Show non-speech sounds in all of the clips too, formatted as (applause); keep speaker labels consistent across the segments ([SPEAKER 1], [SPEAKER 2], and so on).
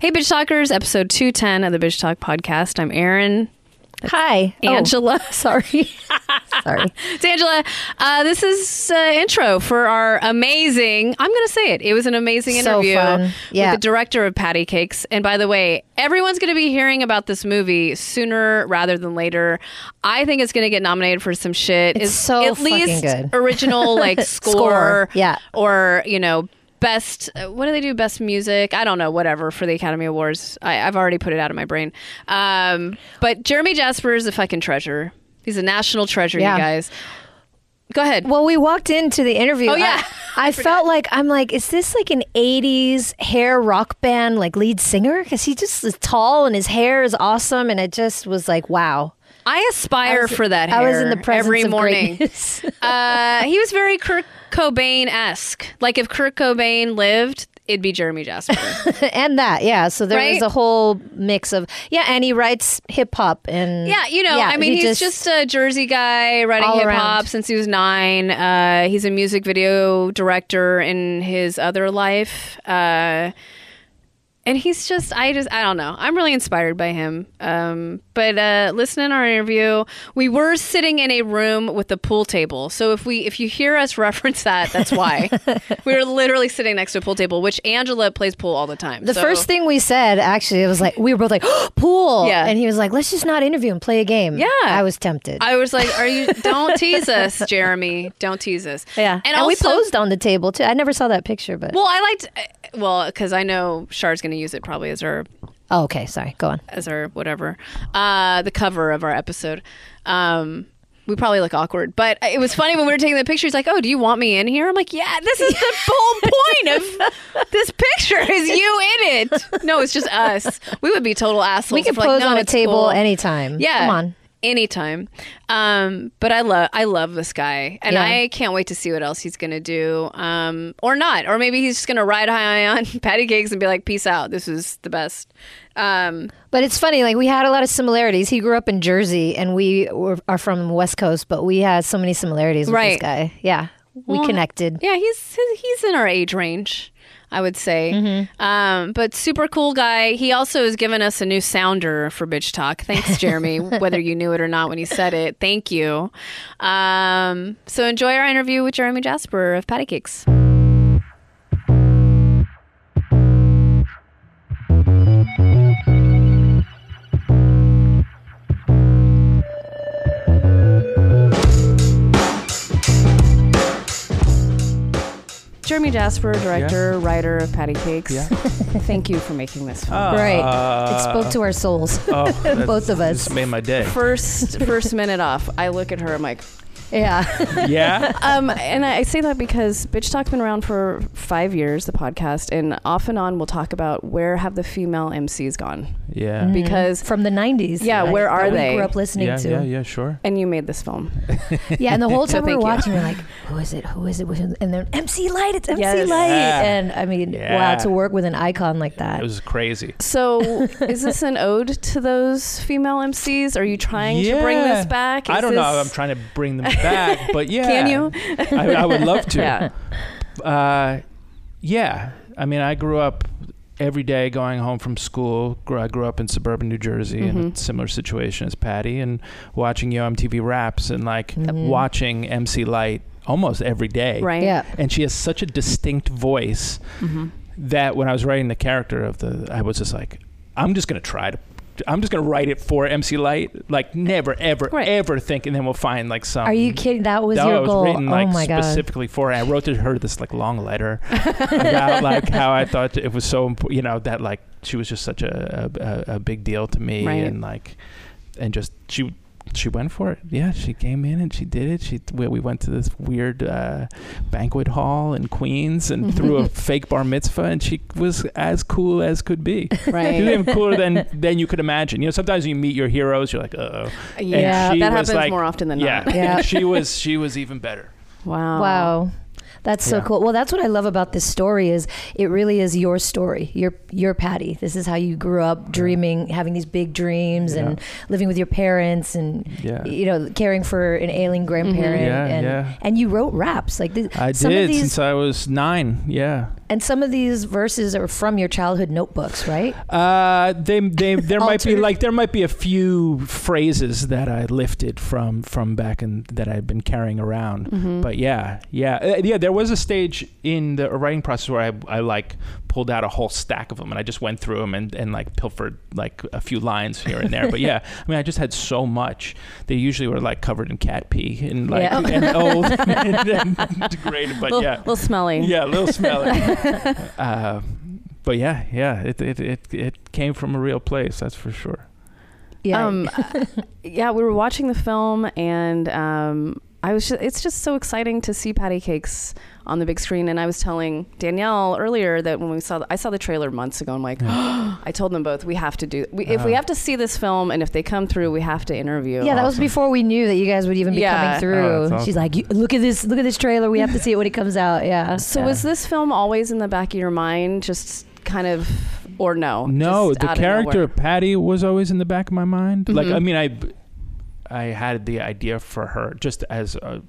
[SPEAKER 1] Hey, Bitch Talkers, episode 210 of the Bitch Talk podcast. I'm Erin.
[SPEAKER 2] Hi, Oh,
[SPEAKER 1] Angela.
[SPEAKER 2] (laughs) sorry, sorry.
[SPEAKER 1] It's Angela. Uh, this is uh, intro for our amazing, I'm going to say it. It was an amazing
[SPEAKER 2] So
[SPEAKER 1] interview
[SPEAKER 2] fun. Yeah.
[SPEAKER 1] with the director of Patty Cakes. And by the way, everyone's going to be hearing about this movie sooner rather than later. I think it's going to get nominated for some shit. It's
[SPEAKER 2] so
[SPEAKER 1] at
[SPEAKER 2] fucking
[SPEAKER 1] least
[SPEAKER 2] good.
[SPEAKER 1] original like score,
[SPEAKER 2] (laughs) Score, yeah.
[SPEAKER 1] or you know best uh, what do they do best music i don't know whatever for the academy awards I, i've already put it out of my brain um, but jeremy jasper is a fucking treasure he's a national treasure
[SPEAKER 2] Yeah.
[SPEAKER 1] you guys go ahead
[SPEAKER 2] Well, we walked into the interview.
[SPEAKER 1] Oh, yeah.
[SPEAKER 2] I, I felt like I'm like, is this like an '80s hair rock band like lead singer? Because he just is tall and his hair is awesome, and it just was like, wow.
[SPEAKER 1] i aspire for that hair
[SPEAKER 2] I was in the presence
[SPEAKER 1] every
[SPEAKER 2] of
[SPEAKER 1] morning (laughs)
[SPEAKER 2] greatness. (laughs)
[SPEAKER 1] uh, he was very kirk cobain-esque like if kirk cobain lived it'd be jeremy jasper
[SPEAKER 2] and that, yeah. So there
[SPEAKER 1] Right?
[SPEAKER 2] was a whole mix of yeah, and he writes hip hop and
[SPEAKER 1] Yeah, you know,
[SPEAKER 2] Mm-hmm. yeah,
[SPEAKER 1] I mean,
[SPEAKER 2] he
[SPEAKER 1] he's just, a Jersey guy writing
[SPEAKER 2] All
[SPEAKER 1] hip
[SPEAKER 2] around.
[SPEAKER 1] hop since he was nine. Uh, he's a music video director in his other life. Uh, and he's just, I just, I don't know. I'm really inspired by him. Um, but uh, listen in our interview. We were sitting in a room with a pool table. So if we, if you hear us (laughs) reference that, that's
[SPEAKER 2] (laughs)
[SPEAKER 1] why. we were literally sitting next to a pool table, which Angela plays pool all the time.
[SPEAKER 2] The first thing we said, actually, it was like we were both like (gasps) pool,
[SPEAKER 1] Yeah.
[SPEAKER 2] and he was like, "Let's just not interview and play a game."
[SPEAKER 1] Yeah.
[SPEAKER 2] I was tempted.
[SPEAKER 1] I was like, "Are you? Don't tease us, Jeremy. Don't tease us."
[SPEAKER 2] yeah,
[SPEAKER 1] and,
[SPEAKER 2] and,
[SPEAKER 1] also,
[SPEAKER 2] we posed on the table too. I never saw that picture, but
[SPEAKER 1] Well, I liked. Well, because I know Char's going to use it probably as her
[SPEAKER 2] oh, okay, sorry, go on.
[SPEAKER 1] as her whatever uh, the cover of our episode. Um, we probably look awkward, but it was funny when we were taking the picture. He's like, "Oh, do you want me in here?" I'm like, "Yeah, this is the whole point of this picture is you in it." No, it's just us. We would be total assholes.
[SPEAKER 2] We could
[SPEAKER 1] if we're like,
[SPEAKER 2] pose
[SPEAKER 1] "No,
[SPEAKER 2] on a
[SPEAKER 1] it's
[SPEAKER 2] table
[SPEAKER 1] cool."
[SPEAKER 2] anytime.
[SPEAKER 1] Yeah.
[SPEAKER 2] come on.
[SPEAKER 1] Anytime. Um, but I love I love this guy. And
[SPEAKER 2] Yeah.
[SPEAKER 1] I can't wait to see what else he's gonna do. Um, or not. Or maybe he's just gonna ride high on (laughs) patty cakes and be like, Peace out, this is the best. Um,
[SPEAKER 2] But it's funny, like we had a lot of similarities. He grew up in Jersey, and we were, are from the West Coast, but we had so many similarities with
[SPEAKER 1] Right.
[SPEAKER 2] this guy. Yeah, we connected.
[SPEAKER 1] yeah, he's he's in our age range. I would say,
[SPEAKER 2] Mm-hmm.
[SPEAKER 1] um, but super cool guy. He also has given us a new sounder for bitch talk. Thanks,
[SPEAKER 2] (laughs)
[SPEAKER 1] Jeremy. whether you knew it or not when he said it, thank you. Um, so enjoy our interview with Jeremy Jasper of Patty Cakes. Jeremy Jasper, director, writer of Patty Cakes. (laughs)
[SPEAKER 3] Yeah.
[SPEAKER 1] Thank you for making this fun.
[SPEAKER 2] Right,
[SPEAKER 3] Uh,
[SPEAKER 2] it spoke to our souls, (laughs)
[SPEAKER 3] oh, that
[SPEAKER 2] both of us.
[SPEAKER 3] just made my day. (laughs)
[SPEAKER 1] First, first minute off, I look at her. I'm like,
[SPEAKER 2] (laughs) Yeah,
[SPEAKER 1] (laughs)
[SPEAKER 3] Yeah.
[SPEAKER 1] um, and I say that because Bitch Talk's been around for five years, the podcast, and off and on we'll talk about where have the female MCs gone
[SPEAKER 3] Yeah.
[SPEAKER 1] because,
[SPEAKER 2] from the '90s.
[SPEAKER 1] Yeah,
[SPEAKER 2] like,
[SPEAKER 1] where are
[SPEAKER 2] that
[SPEAKER 1] they?
[SPEAKER 2] We grew up listening
[SPEAKER 3] Yeah,
[SPEAKER 2] to.
[SPEAKER 3] yeah, yeah, sure.
[SPEAKER 1] and you made this
[SPEAKER 3] (laughs)
[SPEAKER 1] film. (laughs)
[SPEAKER 2] Yeah, and the whole
[SPEAKER 1] So
[SPEAKER 2] time we were
[SPEAKER 1] thank you.
[SPEAKER 2] watching, we are like, "Who is it? Who is it?" And then MC Light, it's MC
[SPEAKER 1] Yes.
[SPEAKER 2] Light,
[SPEAKER 3] Yeah.
[SPEAKER 2] and I mean,
[SPEAKER 3] Yeah.
[SPEAKER 2] wow, to work with an icon like that.
[SPEAKER 3] It was crazy.
[SPEAKER 1] So, is this an ode to those female MCs? Are you trying to bring
[SPEAKER 3] Yeah.
[SPEAKER 1] this back?
[SPEAKER 3] I
[SPEAKER 1] Is
[SPEAKER 3] don't know how
[SPEAKER 1] this-
[SPEAKER 3] I'm trying to bring them back,
[SPEAKER 1] (laughs)
[SPEAKER 3] but yeah.
[SPEAKER 1] Can you?
[SPEAKER 3] I, I would love
[SPEAKER 1] (laughs)
[SPEAKER 3] to.
[SPEAKER 1] Yeah.
[SPEAKER 3] Uh, yeah. I mean, I grew up every day going home from school. Grew- I grew up in suburban New Jersey in
[SPEAKER 1] Mm-hmm.
[SPEAKER 3] a similar situation as Patty and watching Yo MTV Raps and like watching MC Light almost every day.
[SPEAKER 1] Right.
[SPEAKER 2] yeah,
[SPEAKER 3] and she has such a distinct voice (laughs) that when I was writing the character of the, I was just like, I'm just gonna try to, I'm just gonna write it for MC Light, like never, ever,
[SPEAKER 1] Right.
[SPEAKER 3] ever think, and then we'll find like some.
[SPEAKER 2] are you kidding? That was
[SPEAKER 3] No,
[SPEAKER 2] your
[SPEAKER 3] it Um, was
[SPEAKER 2] goal.
[SPEAKER 3] written like
[SPEAKER 2] oh my god,
[SPEAKER 3] specifically for her. I wrote to her this like long letter
[SPEAKER 2] (laughs)
[SPEAKER 3] about like how I thought it was so important, you know, that like she was just such a a, a- a big deal to me,
[SPEAKER 1] Right.
[SPEAKER 3] and like, and just she she went for it. Yeah, she came in and she did it. She we, we went to this weird uh, banquet hall in Queens and
[SPEAKER 2] Mm-hmm.
[SPEAKER 3] threw a fake bar mitzvah, and she was as cool as
[SPEAKER 2] (laughs)
[SPEAKER 3] could be. (laughs) She
[SPEAKER 1] (laughs)
[SPEAKER 3] was
[SPEAKER 1] Right.
[SPEAKER 3] even cooler than than you could imagine. You know, sometimes you meet your heroes, you're like, uh oh.
[SPEAKER 1] Yeah,
[SPEAKER 3] she
[SPEAKER 1] that
[SPEAKER 3] was
[SPEAKER 1] happens
[SPEAKER 3] like-
[SPEAKER 1] more often than
[SPEAKER 3] Yeah,
[SPEAKER 1] not.
[SPEAKER 2] Yeah.
[SPEAKER 3] (laughs) she was she was even better.
[SPEAKER 1] Wow.
[SPEAKER 2] wow. That's so
[SPEAKER 3] Yeah.
[SPEAKER 2] cool. Well, that's what I love about this story is it really is your story. Your your Patty. This is how you grew up dreaming, having these big dreams and living with your parents and
[SPEAKER 3] Yeah. Mm-hmm.
[SPEAKER 2] you know, caring for an ailing grandparent
[SPEAKER 3] Yeah,
[SPEAKER 2] and
[SPEAKER 3] yeah.
[SPEAKER 2] and you wrote raps. Like this,
[SPEAKER 3] I
[SPEAKER 2] some
[SPEAKER 3] did
[SPEAKER 2] of these
[SPEAKER 3] since I was nine. Yeah.
[SPEAKER 2] And some of these verses are from your childhood notebooks, right?
[SPEAKER 3] Uh,
[SPEAKER 2] (laughs)
[SPEAKER 3] they, they, there might be
[SPEAKER 2] Altered.
[SPEAKER 3] like there might be a few phrases that I lifted from from back and that I've been carrying around.
[SPEAKER 2] Mm-hmm.
[SPEAKER 1] Mm-hmm.
[SPEAKER 3] But yeah, yeah, Uh, yeah. There was a stage in the writing process where I, I like pulled out a whole stack of them and I just went through them and, and like pilfered like a few lines here and there. but yeah,
[SPEAKER 2] (laughs)
[SPEAKER 3] I mean, I just had so much. They usually were like covered in cat pee and like
[SPEAKER 2] Yeah.
[SPEAKER 3] and
[SPEAKER 2] (laughs)
[SPEAKER 3] old (laughs) and degraded. But
[SPEAKER 1] little,
[SPEAKER 3] yeah,
[SPEAKER 1] little smelly.
[SPEAKER 3] yeah, a little smelly. uh, but yeah, yeah, it, it it it came from a real place, that's for sure.
[SPEAKER 2] Yeah. (laughs)
[SPEAKER 1] Um, yeah, we were watching the film, and um, I was. Just, it's just so exciting to see patty cakes on the big screen. And I was telling Danielle earlier that when we saw, the, I saw the trailer months ago. I'm like, (gasps) I told them both, we have to do. We, If we
[SPEAKER 3] Ah.
[SPEAKER 1] have to see this film, and if they come through, we have to interview.
[SPEAKER 2] yeah, that was
[SPEAKER 3] awesome.
[SPEAKER 2] before we knew that you guys would even be
[SPEAKER 1] Yeah.
[SPEAKER 2] coming through.
[SPEAKER 3] Oh, that's
[SPEAKER 2] She's
[SPEAKER 3] awesome.
[SPEAKER 2] like, "You- look at this, look at this trailer. We have to see it when it comes out. Yeah.
[SPEAKER 1] So
[SPEAKER 3] Yeah.
[SPEAKER 1] was this film always in the back of your mind, just kind of, or no?
[SPEAKER 3] No,
[SPEAKER 1] Just
[SPEAKER 3] the
[SPEAKER 1] out of
[SPEAKER 3] character
[SPEAKER 1] nowhere?
[SPEAKER 3] of Patty was always in the back of my mind. Like,
[SPEAKER 1] Mhm.
[SPEAKER 3] I mean, I I had the idea for her just as a.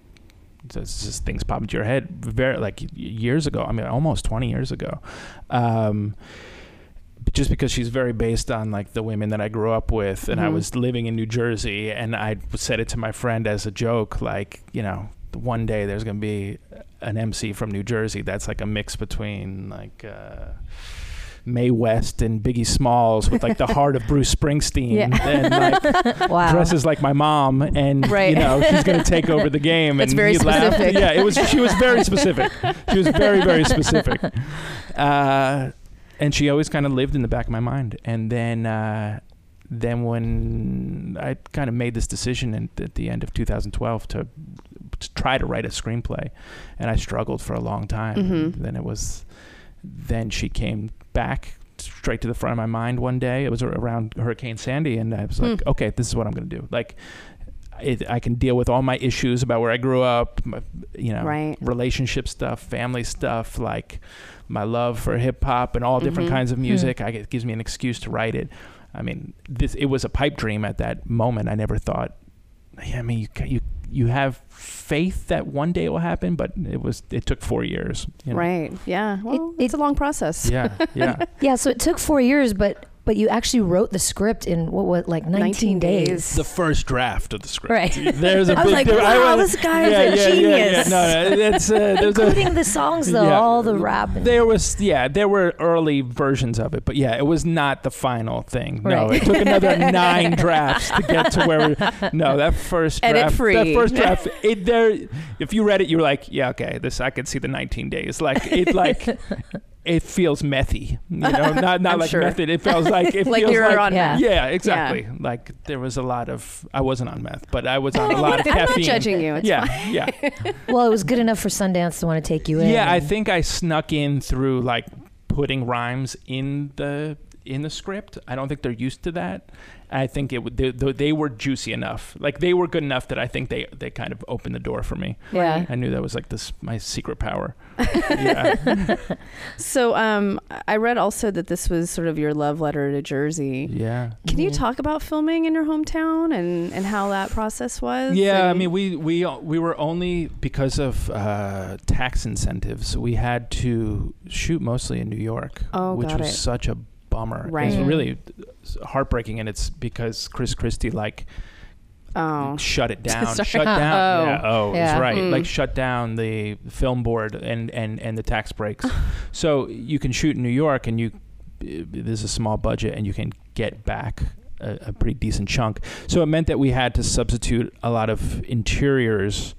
[SPEAKER 3] Just, just things pop into your head very like y- years ago. I mean, almost twenty years ago. Um, but just because she's very based on like the women that I grew up with, and I
[SPEAKER 1] Mhm.
[SPEAKER 3] was living in New Jersey, and I said it to my friend as a joke, like you know, one day there's gonna be an MC from New Jersey that's like a mix between like. Uh, Mae West and Biggie Smalls with like the heart of Bruce Springsteen
[SPEAKER 1] Yeah.
[SPEAKER 3] and
[SPEAKER 2] (laughs)
[SPEAKER 3] like
[SPEAKER 2] Wow.
[SPEAKER 3] dresses like my mom and
[SPEAKER 1] Right.
[SPEAKER 3] you know she's going to take over
[SPEAKER 1] (laughs)
[SPEAKER 3] the game
[SPEAKER 1] That's
[SPEAKER 3] and
[SPEAKER 1] very
[SPEAKER 3] he laughed.
[SPEAKER 1] specific.
[SPEAKER 3] yeah it was she was very specific she was very
[SPEAKER 1] (laughs)
[SPEAKER 3] very specific uh, and she always kind of lived in the back of my mind and then uh, then when I kind of made this decision in, at the end of 2012 to, to try to write a screenplay and I struggled for a long time
[SPEAKER 1] Mhm.
[SPEAKER 3] then it was then she came back straight to the front of my mind one day. It was around Hurricane Sandy, and I was like,
[SPEAKER 1] Hmm.
[SPEAKER 3] okay, this is what I'm going to do. Like, it, I can deal with all my issues about where I grew up, my, you know,
[SPEAKER 1] Right.
[SPEAKER 3] relationship stuff, family stuff, like my love for hip hop and all different
[SPEAKER 1] Mhm.
[SPEAKER 3] kinds of music. I, it gives me an excuse to write it. I mean, this it was a pipe dream at that moment. I never thought. I mean, you ca- you you have faith that one day it will happen, but it was it took four years. you know?
[SPEAKER 1] Right. Yeah. Well,
[SPEAKER 2] it-
[SPEAKER 1] it's a long process.
[SPEAKER 3] Yeah, yeah.
[SPEAKER 2] yeah. So it took four years, but but you actually wrote the script in what was like 19,
[SPEAKER 1] 19
[SPEAKER 2] days.
[SPEAKER 1] days.
[SPEAKER 3] the first draft of the script.
[SPEAKER 2] Right.
[SPEAKER 3] There's a
[SPEAKER 2] (laughs) I was
[SPEAKER 3] big
[SPEAKER 2] like,
[SPEAKER 3] difference. I
[SPEAKER 2] wow,
[SPEAKER 3] was-
[SPEAKER 2] this guy is a genius.
[SPEAKER 3] Yeah, yeah. No,
[SPEAKER 1] (laughs)
[SPEAKER 3] no, that's uh, there's a
[SPEAKER 2] Including the songs though,
[SPEAKER 3] Yeah.
[SPEAKER 2] all the rap. And,
[SPEAKER 3] there was yeah, there were early versions of it, but yeah, it was not the final thing. No,
[SPEAKER 2] Right.
[SPEAKER 3] it took another
[SPEAKER 1] (laughs)
[SPEAKER 3] nine drafts to get to where.
[SPEAKER 2] (laughs)
[SPEAKER 3] We, no, that first
[SPEAKER 1] Edit
[SPEAKER 3] draft,
[SPEAKER 1] free.
[SPEAKER 3] that first draft, it there. If you read it, you were like, yeah, okay, this I could see the 19 days. Like it,
[SPEAKER 1] (laughs)
[SPEAKER 3] like it feels methy. You know, not not
[SPEAKER 1] I'm
[SPEAKER 3] like
[SPEAKER 1] sure.
[SPEAKER 3] method. It feels like it
[SPEAKER 1] Like
[SPEAKER 3] feels
[SPEAKER 1] you're
[SPEAKER 3] like
[SPEAKER 1] on
[SPEAKER 2] Yeah.
[SPEAKER 1] yeah.
[SPEAKER 3] yeah, exactly. Like there was a lot of I wasn't on meth, but I
[SPEAKER 1] (laughs)
[SPEAKER 3] was on a lot of
[SPEAKER 1] I'm
[SPEAKER 3] caffeine.
[SPEAKER 1] not judging you. It's
[SPEAKER 3] yeah,
[SPEAKER 1] (laughs)
[SPEAKER 3] yeah,
[SPEAKER 2] well, it was good enough for Sundance to want to take you in.
[SPEAKER 3] yeah. I
[SPEAKER 2] and-
[SPEAKER 3] think I snuck in through like putting rhymes in the in the script. I don't think they're used to that. I think it would they, they were juicy enough. Like they were good enough that I think they they kind of opened the door for me.
[SPEAKER 2] Yeah.
[SPEAKER 3] I knew that was like this my secret
[SPEAKER 1] (laughs)
[SPEAKER 3] power. yeah,
[SPEAKER 1] So um, I read also that this was sort of your love letter to Jersey.
[SPEAKER 3] yeah.
[SPEAKER 1] Can you
[SPEAKER 2] Mhm.
[SPEAKER 1] talk about filming in your hometown and, and how that process was?
[SPEAKER 3] Yeah, I
[SPEAKER 1] And-
[SPEAKER 3] mean, we we we were only because of uh, tax incentives. We had to shoot mostly in New York,
[SPEAKER 1] Oh,
[SPEAKER 3] which
[SPEAKER 1] got
[SPEAKER 3] was
[SPEAKER 1] it.
[SPEAKER 3] such a bummer. It's
[SPEAKER 1] Right.
[SPEAKER 3] really uh, heartbreaking, and it's because Chris Christie like (laughs)
[SPEAKER 1] oh, (laughs)
[SPEAKER 3] shut it down.
[SPEAKER 1] Sorry.
[SPEAKER 3] Shut down.
[SPEAKER 1] Oh.
[SPEAKER 3] Yeah. Oh,
[SPEAKER 2] Yeah.
[SPEAKER 3] that's right.
[SPEAKER 1] Mm.
[SPEAKER 3] Like shut down the film board and and and the
[SPEAKER 1] (laughs)
[SPEAKER 3] tax breaks. so you can shoot in New York, and you there's a small budget, and you can get back a, a pretty decent chunk. So it meant that we had to substitute a lot of interiors.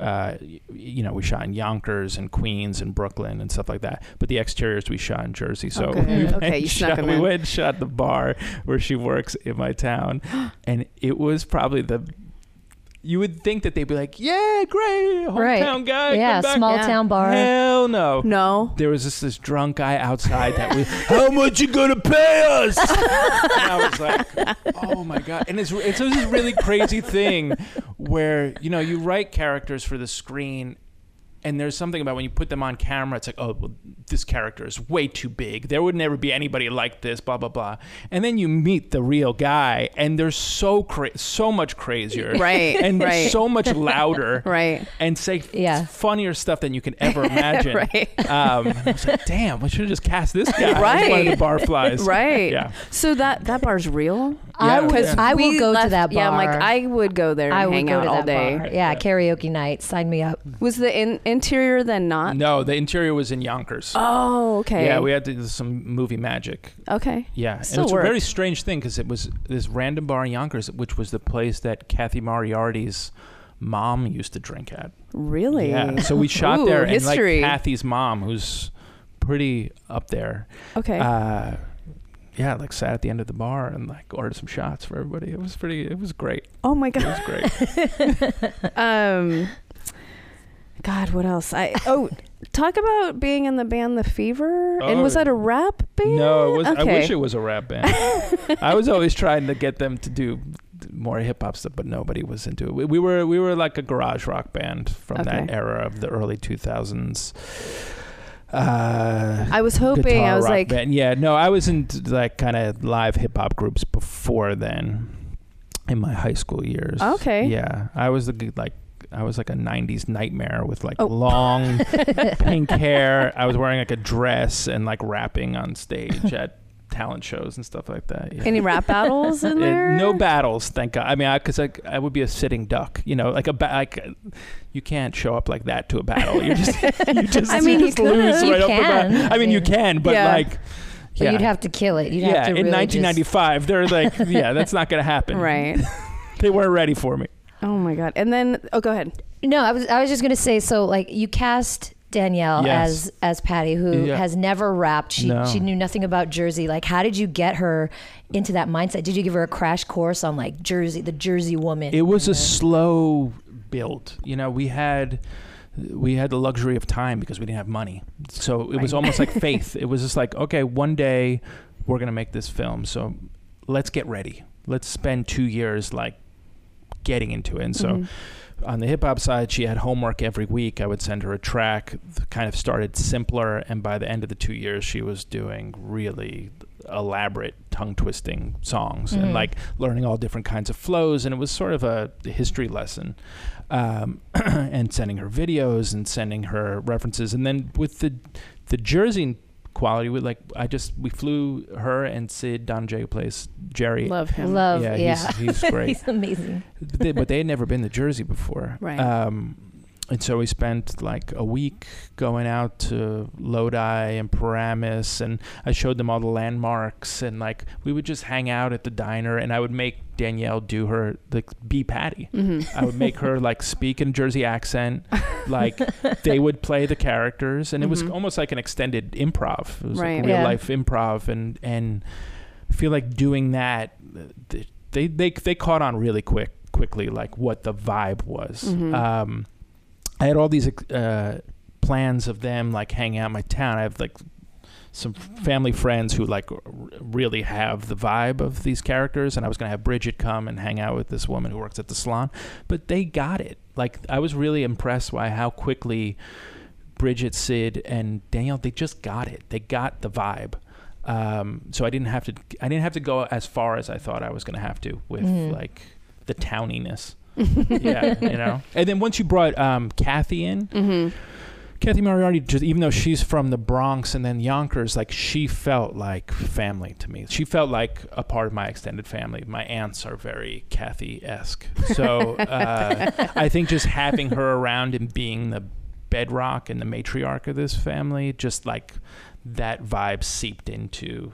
[SPEAKER 3] Uh, y- you know, we shot in Yonkers and Queens and Brooklyn and stuff like that. But the exteriors we shot in Jersey. So
[SPEAKER 1] Okay.
[SPEAKER 3] (laughs) we went
[SPEAKER 1] Okay, you
[SPEAKER 3] and
[SPEAKER 1] snuck
[SPEAKER 3] shot,
[SPEAKER 1] them
[SPEAKER 3] we
[SPEAKER 1] in.
[SPEAKER 3] went and shot the bar where she works in my town, and it was probably the. You would think that they'd be like, "Yeah, great, hometown
[SPEAKER 2] Right.
[SPEAKER 3] guy,
[SPEAKER 2] yeah,
[SPEAKER 3] come back."
[SPEAKER 2] small
[SPEAKER 1] Yeah.
[SPEAKER 2] town bar.
[SPEAKER 3] Hell no.
[SPEAKER 1] no.
[SPEAKER 3] There was just this drunk guy outside that was, how much you gonna pay us? and I was like, oh my god. And it's it's this really crazy thing where you know you write characters for the screen, and there's something about when you put them on camera, it's like, oh, well, this character is way too big. There would never be anybody like this. Blah blah blah. And then you meet the real guy, and they're so cra- so much crazier,
[SPEAKER 1] Right,
[SPEAKER 3] (laughs) And
[SPEAKER 1] right.
[SPEAKER 3] so much louder,
[SPEAKER 1] (laughs) Right.
[SPEAKER 3] And say
[SPEAKER 2] Yeah.
[SPEAKER 3] funnier stuff than you
[SPEAKER 1] (laughs)
[SPEAKER 3] can ever imagine.
[SPEAKER 1] Right.
[SPEAKER 3] Um, I was like, damn, we should have just cast this guy. as one of the
[SPEAKER 1] Right.
[SPEAKER 3] barflies.
[SPEAKER 1] (laughs) Right.
[SPEAKER 3] Yeah.
[SPEAKER 1] So that that bar's real.
[SPEAKER 2] I
[SPEAKER 3] Yeah.
[SPEAKER 2] would.
[SPEAKER 3] Yeah.
[SPEAKER 2] I will
[SPEAKER 1] We
[SPEAKER 2] go to
[SPEAKER 1] left-
[SPEAKER 2] that bar.
[SPEAKER 1] Yeah, I'm like I would go there and
[SPEAKER 2] I would
[SPEAKER 1] hang
[SPEAKER 2] go
[SPEAKER 1] out
[SPEAKER 2] to
[SPEAKER 1] all
[SPEAKER 2] that
[SPEAKER 1] day.
[SPEAKER 2] bar. Yeah, karaoke night. Sign me
[SPEAKER 1] (laughs)
[SPEAKER 2] up.
[SPEAKER 1] Was the in- interior then not?
[SPEAKER 3] No, the interior was in Yonkers.
[SPEAKER 1] Uh, Oh, okay.
[SPEAKER 3] Yeah, we had to do some movie magic.
[SPEAKER 1] okay.
[SPEAKER 3] Yeah, and
[SPEAKER 1] Still
[SPEAKER 3] it's a very
[SPEAKER 1] works.
[SPEAKER 3] strange thing because it was this random bar in Yonkers, which was the place that Kathy Moriarty's mom used to drink at.
[SPEAKER 1] Really?
[SPEAKER 3] Yeah, so we shot
[SPEAKER 1] Ooh,
[SPEAKER 3] there,
[SPEAKER 1] history.
[SPEAKER 3] and like Kathy's mom, who's pretty up there.
[SPEAKER 1] Okay.
[SPEAKER 3] Uh, yeah, like sat at the end of the bar and like ordered some shots for everybody. It was pretty. It was great.
[SPEAKER 1] oh my (laughs)
[SPEAKER 3] It
[SPEAKER 1] god.
[SPEAKER 3] was great.
[SPEAKER 1] Um. God, what else? I
[SPEAKER 3] (laughs)
[SPEAKER 1] oh, talk about being in the band The Fever, and
[SPEAKER 3] Oh.
[SPEAKER 1] was that a rap band?
[SPEAKER 3] No, it was.
[SPEAKER 1] Okay.
[SPEAKER 3] I wish
[SPEAKER 1] (laughs)
[SPEAKER 3] it was a rap band. I was always trying to get them to do more hip hop stuff, but nobody was into it. We, we were we were like a garage rock band from that
[SPEAKER 1] Okay.
[SPEAKER 3] era of the early two thousands. Uh,
[SPEAKER 1] I was hoping.
[SPEAKER 3] guitar
[SPEAKER 1] I was
[SPEAKER 3] rock
[SPEAKER 1] like,
[SPEAKER 3] band. yeah, no, I was in like kind of live hip hop groups before then, in my high school years.
[SPEAKER 1] Okay.
[SPEAKER 3] yeah, I was the g- like. I was like a '90s nightmare with like
[SPEAKER 1] Oh. (laughs)
[SPEAKER 3] long pink hair. I was wearing like a dress and like rapping on stage at talent shows and stuff like that. Yeah.
[SPEAKER 1] any rap battles in
[SPEAKER 3] (laughs) Uh,
[SPEAKER 1] there?
[SPEAKER 3] no battles, thank God. I mean, because I, 'cause I, I would be a sitting duck, you know, like a ba- like uh, you can't show up like that to a battle.
[SPEAKER 1] (laughs)
[SPEAKER 3] You just you just,
[SPEAKER 2] I mean,
[SPEAKER 3] you
[SPEAKER 2] you
[SPEAKER 3] just lose
[SPEAKER 2] could.
[SPEAKER 3] right
[SPEAKER 2] You
[SPEAKER 3] off the bat.
[SPEAKER 2] can.
[SPEAKER 3] I mean, you can, but
[SPEAKER 1] Yeah.
[SPEAKER 3] like,
[SPEAKER 2] But
[SPEAKER 3] yeah,
[SPEAKER 2] you'd have to kill it. You'd have
[SPEAKER 3] yeah.
[SPEAKER 2] to
[SPEAKER 3] in
[SPEAKER 2] really
[SPEAKER 3] 1995, they're like,
[SPEAKER 2] (laughs)
[SPEAKER 3] yeah, that's not gonna happen.
[SPEAKER 1] Right.
[SPEAKER 3] They weren't ready for me.
[SPEAKER 1] Oh my god. And then oh, go ahead.
[SPEAKER 2] Just, no, I was. I was just gonna say. So like you cast. Danielle
[SPEAKER 3] Yes.
[SPEAKER 2] as as Patty, who
[SPEAKER 3] Yeah.
[SPEAKER 2] has never rapped, she
[SPEAKER 3] No.
[SPEAKER 2] she knew nothing about Jersey. Like, how did you get her into that mindset? Did you give her a crash course on like Jersey, the Jersey woman?
[SPEAKER 3] It was a slow build. You know, we had we had the luxury of time because we didn't have money. So it was
[SPEAKER 2] (laughs)
[SPEAKER 3] almost like faith. It was just like, okay, one day we're going to make this film. So let's get ready. Let's spend 2 years like getting into it. And
[SPEAKER 2] Mm-hmm.
[SPEAKER 3] so
[SPEAKER 1] Mhm.
[SPEAKER 3] on the hip hop side, she had homework every week. I would send her a track, th- kind of started simpler. And by the end of the two years, she was doing really elaborate, tongue twisting songs and
[SPEAKER 2] Mhm.
[SPEAKER 3] like learning all different kinds of flows. And it was sort of a history lesson. Um, (clears throat) and sending her videos and sending her references. And then with the, the Jersey quality, we like, I just, we flew her and Sid, Don J plays Jerry.
[SPEAKER 1] Love him.
[SPEAKER 2] Love, yeah, (laughs)
[SPEAKER 3] He's, he's great
[SPEAKER 2] he's amazing.
[SPEAKER 3] they, but they had never been to Jersey before.
[SPEAKER 1] Right.
[SPEAKER 3] Um, and so we spent like a week going out to Lodi and Paramus, and I showed them all the landmarks, and like we would just hang out at the diner, and I would make Danielle do her the be Patty.
[SPEAKER 1] hmm
[SPEAKER 3] I would make her like speak in Jersey accent, like they would play the characters, and it was
[SPEAKER 1] Mhm.
[SPEAKER 3] almost like an extended improv. It was
[SPEAKER 1] Right.
[SPEAKER 3] like real
[SPEAKER 2] Yeah.
[SPEAKER 3] life improv, and and I feel like doing that, th- they they they caught on really quick quickly, like what the vibe was.
[SPEAKER 1] Mhm.
[SPEAKER 3] Um, I had all these uh, plans of them like hanging out in my town. I have like some family friends who like r- really have the vibe of these characters and I was going to have Bridget come and hang out with this woman who works at the salon but they got it like I was really impressed by how quickly Bridget Sid and Danielle they just got it they got the vibe um, so I didn't have to I didn't have to go as far as I thought I was going to have to with
[SPEAKER 2] Mhm.
[SPEAKER 3] like the towniness yeah you know and then once you brought um, Kathy in
[SPEAKER 1] hmm
[SPEAKER 3] Kathy Moriarty, just even though she's from the Bronx and then Yonkers, like she felt like family to me. She felt like a part of my extended family. My aunts are very Kathy esque, so uh, I think just having her around and being the bedrock and the matriarch of this family, just like that vibe seeped into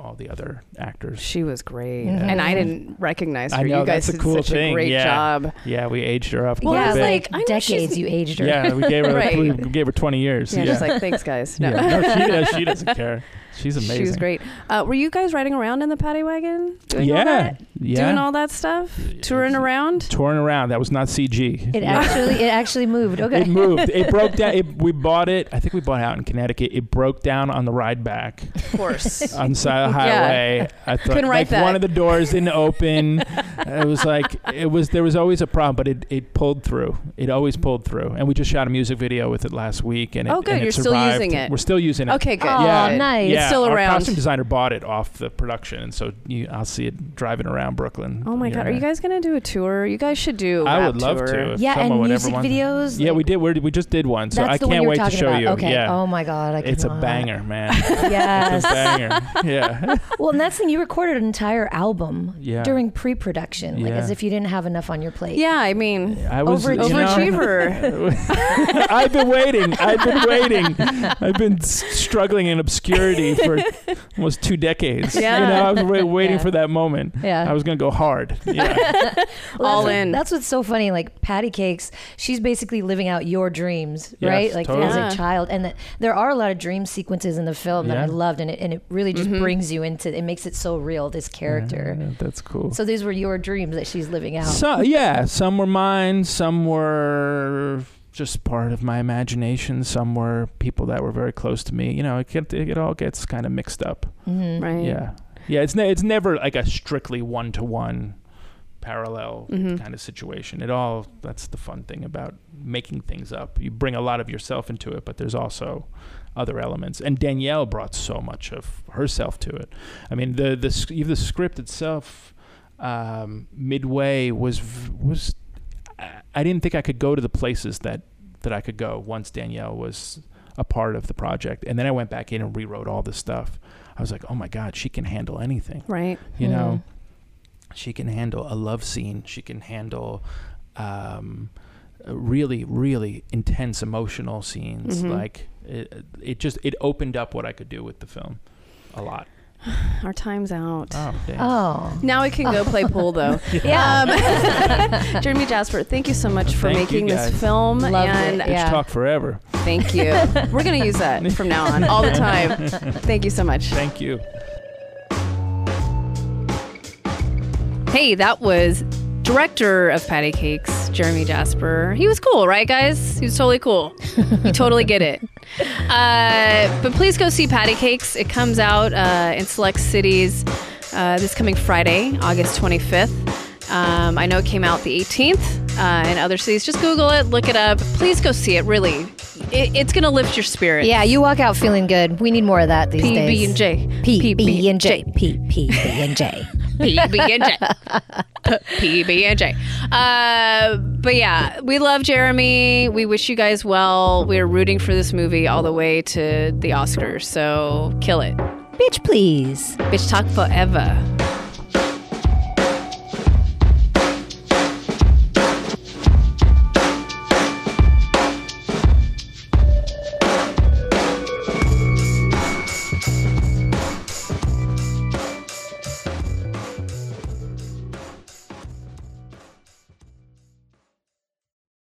[SPEAKER 3] all the other actors.
[SPEAKER 1] She was great,
[SPEAKER 2] Yeah.
[SPEAKER 1] and I didn't recognize her.
[SPEAKER 3] Mm-hmm. I know,
[SPEAKER 1] you guys
[SPEAKER 3] that's a
[SPEAKER 1] did
[SPEAKER 3] cool
[SPEAKER 1] such a
[SPEAKER 3] thing,
[SPEAKER 1] great
[SPEAKER 3] yeah.
[SPEAKER 1] job.
[SPEAKER 3] Yeah, we aged her up.
[SPEAKER 1] Well,
[SPEAKER 3] quite
[SPEAKER 1] I
[SPEAKER 3] a
[SPEAKER 1] was
[SPEAKER 3] bit.
[SPEAKER 1] like, I know
[SPEAKER 2] decades
[SPEAKER 1] she's-
[SPEAKER 2] you aged her.
[SPEAKER 3] yeah, we gave her
[SPEAKER 1] Right.
[SPEAKER 3] we gave her twenty years.
[SPEAKER 1] Yeah, just like thanks, guys. No,
[SPEAKER 3] Yeah. No, she, no, she doesn't care. She's amazing.
[SPEAKER 1] she was great. Uh, were you guys riding around in the paddy wagon? Doing all
[SPEAKER 3] yeah,
[SPEAKER 1] that?
[SPEAKER 3] Yeah.
[SPEAKER 1] doing all that stuff, touring around.
[SPEAKER 3] Touring around. That was not CG.
[SPEAKER 2] It
[SPEAKER 3] Yeah.
[SPEAKER 2] actually
[SPEAKER 3] (laughs)
[SPEAKER 2] it actually moved. Okay.
[SPEAKER 3] It
[SPEAKER 1] (laughs)
[SPEAKER 3] moved. It broke down. It, we bought it. I think we bought it out in Connecticut. It broke down on the ride back
[SPEAKER 1] Of (laughs) course.
[SPEAKER 3] on the side of the highway. I thought,
[SPEAKER 1] Couldn't write
[SPEAKER 3] like
[SPEAKER 1] that.
[SPEAKER 3] one of the doors
[SPEAKER 1] (laughs)
[SPEAKER 3] didn't open. it was like it was. There was always a problem, but it, it pulled through. It always pulled through. And we just shot a music video with it last week. And it,
[SPEAKER 1] Oh, good.
[SPEAKER 3] and it
[SPEAKER 1] You're still
[SPEAKER 3] survived.
[SPEAKER 1] using it.
[SPEAKER 3] We're still using it.
[SPEAKER 1] okay, good.
[SPEAKER 2] Oh,
[SPEAKER 3] Yeah,
[SPEAKER 2] nice.
[SPEAKER 1] It's
[SPEAKER 3] Yeah,
[SPEAKER 1] still
[SPEAKER 3] our
[SPEAKER 1] around.
[SPEAKER 3] costume designer bought it off the production, and so you, I'll see it driving around Brooklyn.
[SPEAKER 1] Oh my
[SPEAKER 3] year
[SPEAKER 1] god,
[SPEAKER 3] and
[SPEAKER 1] are
[SPEAKER 3] a
[SPEAKER 1] you guys gonna do a tour? You guys should do. a
[SPEAKER 3] I
[SPEAKER 1] rap
[SPEAKER 3] would love
[SPEAKER 1] tour.
[SPEAKER 3] to. If
[SPEAKER 2] yeah,
[SPEAKER 3] someone
[SPEAKER 2] and
[SPEAKER 3] would ever
[SPEAKER 2] music
[SPEAKER 3] want-
[SPEAKER 2] videos.
[SPEAKER 3] Yeah,
[SPEAKER 2] like,
[SPEAKER 3] we did. We're, we just did one, so
[SPEAKER 2] That's
[SPEAKER 3] I
[SPEAKER 2] the one
[SPEAKER 3] can't
[SPEAKER 2] you were
[SPEAKER 3] wait to
[SPEAKER 2] talking
[SPEAKER 3] show
[SPEAKER 2] about.
[SPEAKER 3] you.
[SPEAKER 2] Okay.
[SPEAKER 3] Yeah,
[SPEAKER 2] Oh my god, I
[SPEAKER 3] it's a
[SPEAKER 2] cannot. (laughs)
[SPEAKER 3] banger, man. it's (laughs) a
[SPEAKER 2] Yes.
[SPEAKER 3] banger. Yeah,
[SPEAKER 2] well, and that's the thing. You recorded an entire album
[SPEAKER 3] Yeah.
[SPEAKER 2] during pre-production, like
[SPEAKER 3] Yeah.
[SPEAKER 2] as if you didn't have enough on your plate.
[SPEAKER 1] Yeah, I mean,
[SPEAKER 3] I was you know-
[SPEAKER 1] overachiever.
[SPEAKER 3] (laughs) I've been waiting. I've been waiting. I've been s- struggling in obscurity for almost two decades.
[SPEAKER 1] Yeah.
[SPEAKER 3] you know, I was wa- waiting
[SPEAKER 2] Yeah.
[SPEAKER 3] for that moment.
[SPEAKER 2] Yeah. (laughs)
[SPEAKER 3] I was gonna go hard. Yeah,
[SPEAKER 2] Well, that's
[SPEAKER 1] All
[SPEAKER 2] what-
[SPEAKER 1] in.
[SPEAKER 2] That's what's so funny. Like Patty Cakes, she's basically living out your dreams,
[SPEAKER 3] Yes,
[SPEAKER 2] right? Like
[SPEAKER 3] totally.
[SPEAKER 2] as
[SPEAKER 1] Yeah.
[SPEAKER 2] a child, and that there are a lot of dream sequences in the film that
[SPEAKER 3] Yeah.
[SPEAKER 2] I loved, and it and it really just
[SPEAKER 1] Mm-hmm.
[SPEAKER 2] brings you into. It makes it so real. This (laughs) character.
[SPEAKER 3] Yeah, that's cool.
[SPEAKER 2] So these were your dreams that she's living out.
[SPEAKER 3] So yeah, some were mine, some were just part of my imagination, some were people that were very close to me. You know, it get, it all gets kind of mixed up.
[SPEAKER 2] Mhm.
[SPEAKER 1] right.
[SPEAKER 3] Yeah. Yeah, it's ne- it's never like a strictly one to one parallel kind of situation. It all that's the fun thing about making things up. You bring a lot of yourself into it, but there's also other elements. And Danielle brought so much of herself to it. I mean, the the sc- even the script itself um, midway was v- was I- I didn't think I could go to the places that that I could go once Danielle was a part of the project. And then I went back in and rewrote all this stuff. I was like, "Oh my god, she can handle anything."
[SPEAKER 1] Right.
[SPEAKER 3] you know she can handle a love scene she can handle um, uh, really really intense emotional scenes
[SPEAKER 1] Mhm.
[SPEAKER 3] like it, it just it opened up what i could do with the film a lot
[SPEAKER 1] Our time's out.
[SPEAKER 3] oh, (laughs)
[SPEAKER 2] Oh.
[SPEAKER 1] Now we can go
[SPEAKER 2] (laughs)
[SPEAKER 1] play pool, though.
[SPEAKER 2] Yeah. (laughs)
[SPEAKER 1] Um, Jeremy Jasper, thank you so much for
[SPEAKER 3] Thank you,
[SPEAKER 1] making this
[SPEAKER 3] guys.
[SPEAKER 1] film,
[SPEAKER 2] Loved
[SPEAKER 1] and
[SPEAKER 2] it. Yeah.
[SPEAKER 3] talk forever
[SPEAKER 1] thank you. We're gonna use that from now on,
[SPEAKER 3] (laughs)
[SPEAKER 1] all the time. Thank you so much.
[SPEAKER 3] thank you
[SPEAKER 1] Hey, that was director of Patty Cakes, Jeremy Jasper. He was cool, right, guys? He was totally cool. you totally get it. Uh, but please go see Patty Cakes. It comes out uh, in select cities uh, this coming Friday, August 25th. Um, I know it came out the 18th uh, in other cities. Just Google it, look it up. Please go see it. Really, it, it's going to lift your spirit.
[SPEAKER 2] Yeah, you walk out feeling good. We need more of that these days.
[SPEAKER 1] PB and J.
[SPEAKER 2] P, B, and J. P, P, B,
[SPEAKER 1] PB and
[SPEAKER 2] and J.
[SPEAKER 1] J. PB and J. Uh, but yeah, we love Jeremy. We wish you guys well. We're rooting for this movie all the way to the Oscars. So kill it,
[SPEAKER 2] Bitch, please.
[SPEAKER 1] bitch. Talk forever.